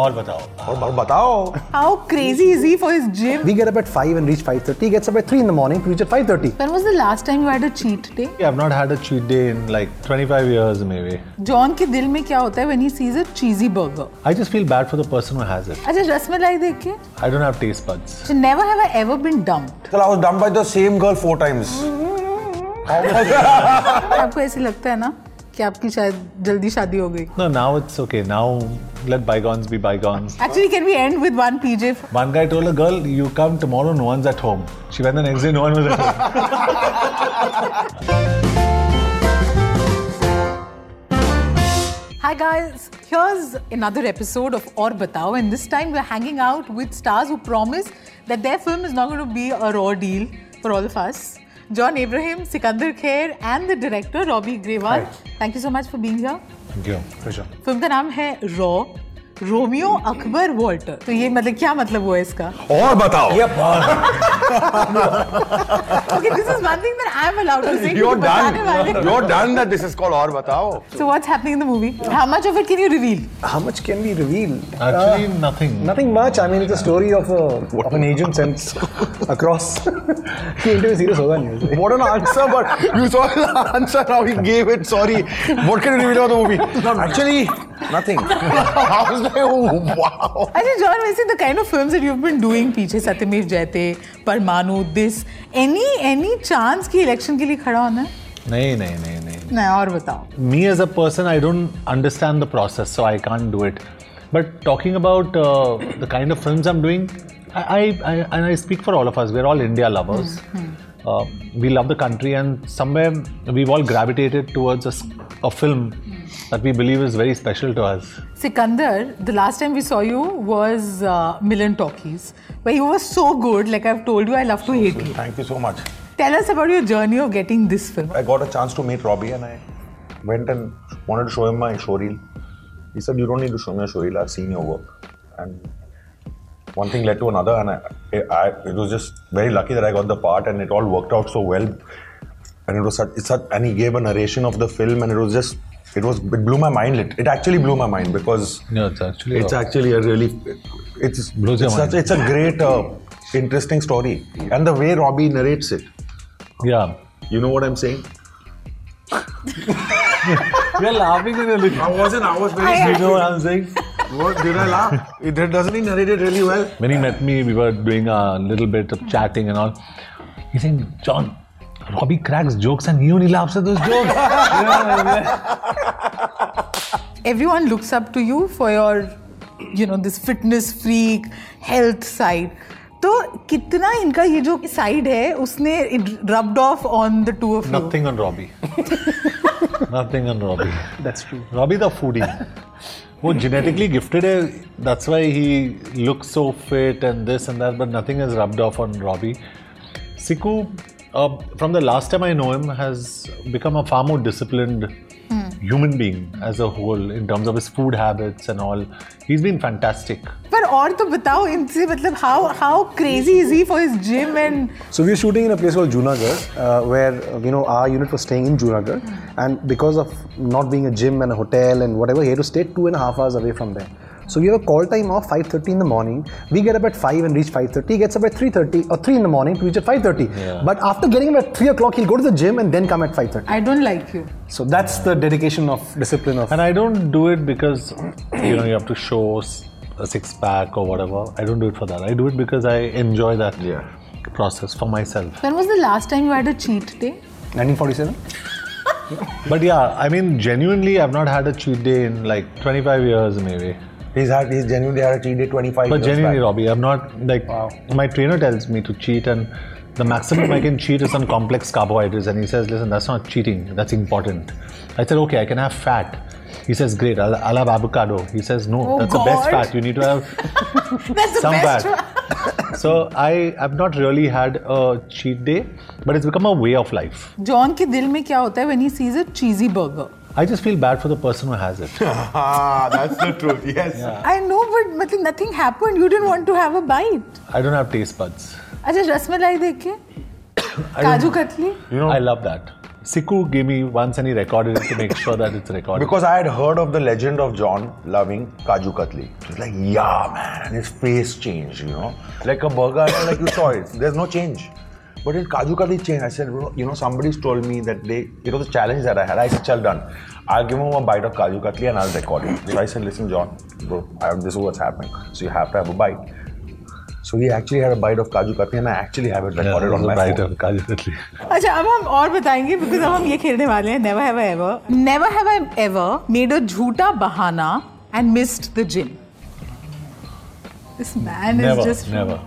और बताओ और और बताओ How crazy is he for his gym? we get up at 5 and reach 5.30 gets up at 3 in the morning reach at 5.30 When was the last time you had a cheat day? I've not had a cheat day in like 25 years maybe. John के दिल में क्या होता है when he sees a cheesy burger? I just feel bad for the person who has it. अच्छा रसमलाई देखिए I don't have taste buds. So never have I ever been dumped. Well, I was dumped by the same girl four times. Hmm. आपको ऐसे लगता है ना कि आपकी शायद जल्दी शादी हो गई No, now it's okay. Now let bygones be bygones. Actually, can we end with one PJ? One guy told a girl, "You come tomorrow. No one's at home." She went the next day. No one was at home. Hi guys, here's another episode of Aur Batao, and this time we're hanging out with stars who promise that their film is not going to be a raw deal for all of us. John Abraham, Sikandar Kher, and the director Robbie Grewal. Thank you so much for being here. Thank you. Film का तो नाम है Raw Romeo Akbar Walter तो ये मतलब क्या मतलब हुआ इसका और बताओ okay this is one thing that I am allowed to say You're done. You're done that this is called और बताओ. So what's happening in the movie how much of it can you reveal how much can we reveal Actually, Uh, nothing. nothing much i mean it's a story of, a, of an agent sent across the interview serious होगा नहीं वैसे। What an answer, but you saw the answer how he gave it. Sorry. What can you reveal about the movie? Actually, nothing. I was like, oh, wow. अच्छा John वैसे the kind of films that you have been doing पीछे सत्यमेव Jayate Parmanu this any any chance की election के लिए खड़ा होना है नहीं नहीं नहीं नहीं. नहीं और बताओ Me as a person, I don't understand the process, so I can't do it. But talking about uh, the kind of films I'm doing, I, I, I and I speak for all of us. We're all India lovers. Uh, we love the country, and somewhere we've all gravitated towards a, s- a film that we believe is very special to us. Sikandar, the last time we saw you was uh, Milan Talkies, where you were so good. Like I've told you, I love to hate you. Thank you so much. Tell us about your journey of getting this film. I got a chance to meet Robbie and I went and wanted to show him my showreel. He said, You don't need to show me your showreel, I've seen your work. And one thing led to another, and I, I, it was just very lucky that I got the part and it all worked out so well. And it was such, it's such, and he gave a narration of the film, and it was just, it was, it blew my mind. It, it actually blew my mind because No, it's actually it's a- actually a really it's Blows your it's, such, mind. it's a great, uh, interesting story, and the way Robbie narrates it. Yeah. You know what I'm saying? You're laughing when you're looking. I wasn't. I was very. You know what I'm saying? What, did I laugh? It did- doesn't he narrate it really well? When he met me, we were doing a little bit of chatting and all. He said, John, Robbie cracks jokes and he only laughs at those jokes. Everyone looks up to you for your, you know, this fitness freak, health side. तो कितना इनका ये जो side है उसने rubbed off on the two of Nothing on Robbie. Nothing on Robbie. that's true Robbie the foodie. वो genetically gifted है that's why he looks so fit and this and that but nothing has rubbed off on Robbie. Siku uh, from the last time I know him has become a far more disciplined human being as a whole in terms of his food habits and all. He's been fantastic. पर और तो बताओ इनसे मतलब how how crazy is he for his gym and So we were shooting in a place called Junagadh, uh, where uh, you know our unit was staying in Junagadh, and because of not being a gym and a hotel and whatever, we had to stay two and a half hours away from there. So we have a call time of 5:30 in the morning. We get up at 5 and reach 5:30. He gets up at 3:30 or 3 in the morning to reach at 5:30. But after getting up at 3 o'clock, he'll go to the gym and then come at 5:30. I don't like you So that's the dedication of discipline of. And I don't do it because you know you have to show s- a six pack or whatever. I don't do it for that. I do it because I enjoy that process for myself. When was the last time you had a cheat day 1947. But yeah, I mean genuinely, I've not had a cheat day in like 25 years maybe. He's had he's genuinely had a cheat day 25 But years genuinely, back. Robbie, I'm not like my trainer tells me to cheat, and the maximum I can cheat is on complex carbohydrates. And he says, "Listen, that's not cheating. That's important." I said, "Okay, I can have fat." He says, "Great, I'll, I'll have avocado." He says, "No, Oh, that's the best God. fat. You need to have That's the some best. fat." so I have not really had a cheat day, but it's become a way of life. John के दिल में क्या होता है when he sees a cheesy burger? I just feel bad for the person who has it. Ah, that's the truth. Yes. हाँ। I know, but मतलब nothing happened. You didn't want to have a bite. I don't have taste buds. अच्छा रसमलाई देखे kaju katli I love that. Siku gave me once and he recorded it to make sure that it's recorded. Because I had heard of the legend of John loving Kaju Katli. It was like, yeah, man, his face changed, you know. Like a burger, you know, like you saw it. There's no change. But in Kaju Katli changed. I said, bro, you know, somebody's told me that they, it was a challenge that I had. I said, chal, done. I'll give him a bite of Kaju Katli and I'll record it. So I said, listen, John, bro, I, this is what's happening. So you have to have a bite. So he actually had a bite of Kaju Katli and I actually have it Yeah, recorded it on was my a bite phone. of Kaju Katli. अच्छा अब हम और बताएंगे because अब हम ये खेलने वाले हैं never have ever never have I ever made a झूठा बहाना and missed the gym this man is Never, just never.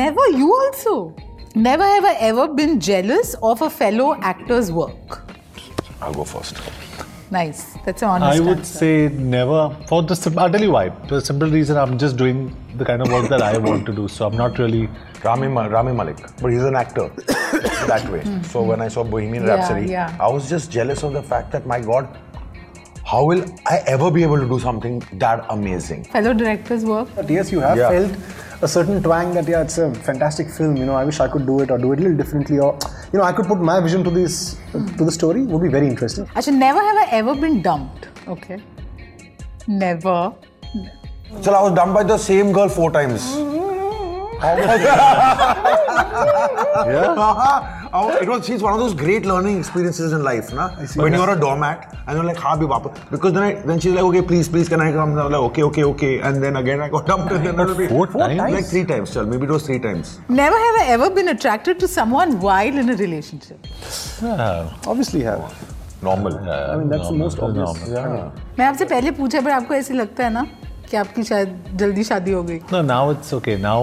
Never you also never have I ever been jealous of a fellow actors work I'll go first. Nice that's honest I would say never. For the sim- I'll tell you why. For the simple reason, I'm just doing the kind of work that I want to do. So I'm not really. Rami, Ma- Rami Malik, but he's an actor that way. So when I saw Bohemian Hmm. Yeah, Rhapsody, yeah. I was just jealous of the fact that my God, how will I ever be able to do something that amazing? Fellow directors work But yes, you have Yeah. felt a certain twang that yeah, it's a fantastic film. You know, I wish I could do it or do it a little differently, or you know, I could put my vision to this to the story. Would be very interesting. अच्छा never have I ever been dumped okay never So I was dumped by the same girl four times. yeah. Oh, it was she's one of those great learning experiences in life, na? When you're a doormat and you're like, "Ha, bhi wapa." Because then I, then she's like, "Okay, please, please, can I come?" And I'm like, "Okay, okay, okay." And then again I got dumped. And then it'll be- Four times? Like three times, chal. Maybe it was three times. Never have I ever been attracted to someone while in a relationship. Yeah, Obviously, have. Normal. I mean, that's the most Oh. uh, normal, obvious. normal. Yeah. मैं आपसे पहले पूछा पर आपको ऐसे लगता है ना कि आपकी शायद जल्दी शादी हो गई No, now it's okay. Now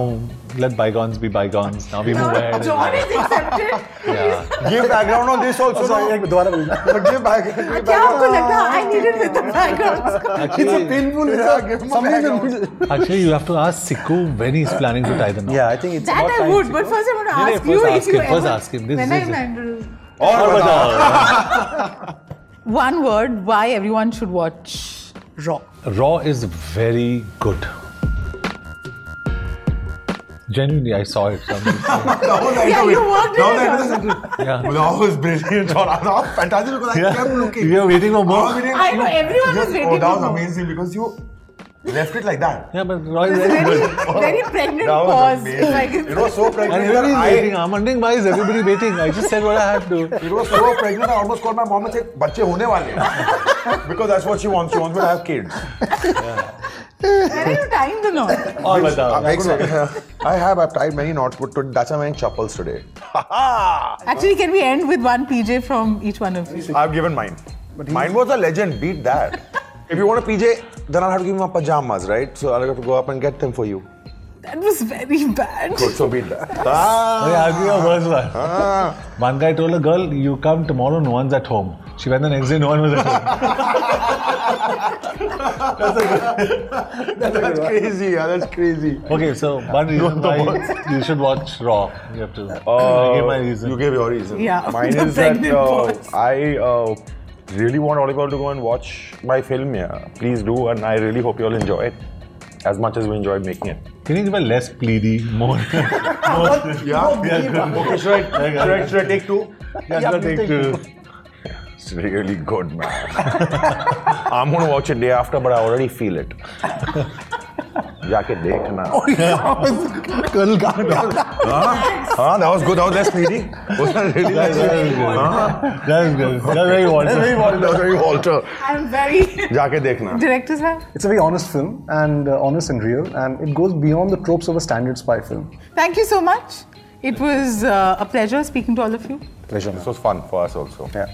let bygones be bygones. Now we move ahead. Yeah. Give background on this also. Oh, Sorry, no? एक दोबारा बोलना। But give back- give background. हाँ, क्या आपको लगता है I needed with the background Actually, Painful. it's Yeah, a- give him a something in the background. middle. actually, you have to ask Siku when he's planning to tie the knot. Yeah, I think it's that I would but first I want नहीं, to ask first you ask if you him, first ask him. This when is I it. Am Or without. One word why everyone should watch raw Raw is very good. Genuinely, I saw it. somewhere. Yeah, you worked in it Yeah. That was brilliant. John. That was fantastic because I Yeah. kept looking. You're waiting for more. I was हाँ, waiting- I know, everyone was Yes, waiting Oh, that for was more. amazing because you left it like that. yeah, but raw is very good. Very very pregnant That was pause amazing. It was so And pregnant. everybody's that waiting. I'm wondering why is everybody waiting? I just said what I had to. I, it was so pregnant. I almost called my mom and said, "बच्चे होने वाले हैं." because that's what she wants. She wants me to have kids. Very time the not All I, without. I have. I've tried many knots, but to- that's why I'm wearing chapels today. Actually, can we end with one PJ from each one of you? I've given mine. Mine was a legend. Beat that. if you want a PJ, then I'll have to give you my pajamas, right? So I'll have to go up and get them for you. That was very bad. Good. So beat that. Ah. Okay, Oh, I'll give you a worse one. One guy told a girl, "You come tomorrow. No one's at home." She went the next day. No one was at home. That's crazy. Yeah, that's crazy. Okay, so one reason the why worst. you should watch Raw. You have to. Oh, Uh, I gave my reason. You gave your reason. Yeah, Mine the is that pregnant uh, boys. I uh, really want all of y'all to go and watch my film. Yeah, please do, and I really hope you all enjoy it as much as we enjoyed making it. Can you give a less pleady, more? Yeah. Okay, should I, should I, should I take two? yeah, yeah, take two. It's really good, man. I'm gonna watch it day after, but I already feel it. जाके देखना Girl, that हाँ हाँ that was good that was less needy was that really That- nice that was good. हाँ That's good. That's very very wholesome. Walter very Walter I'm very. जाके देखना Director sir, It's a very honest film and uh, honest and real, and it goes beyond the tropes of a standard spy film. thank you so much. It was uh, a pleasure speaking to all of you. Pleasure. man. This was fun for us also. Yeah.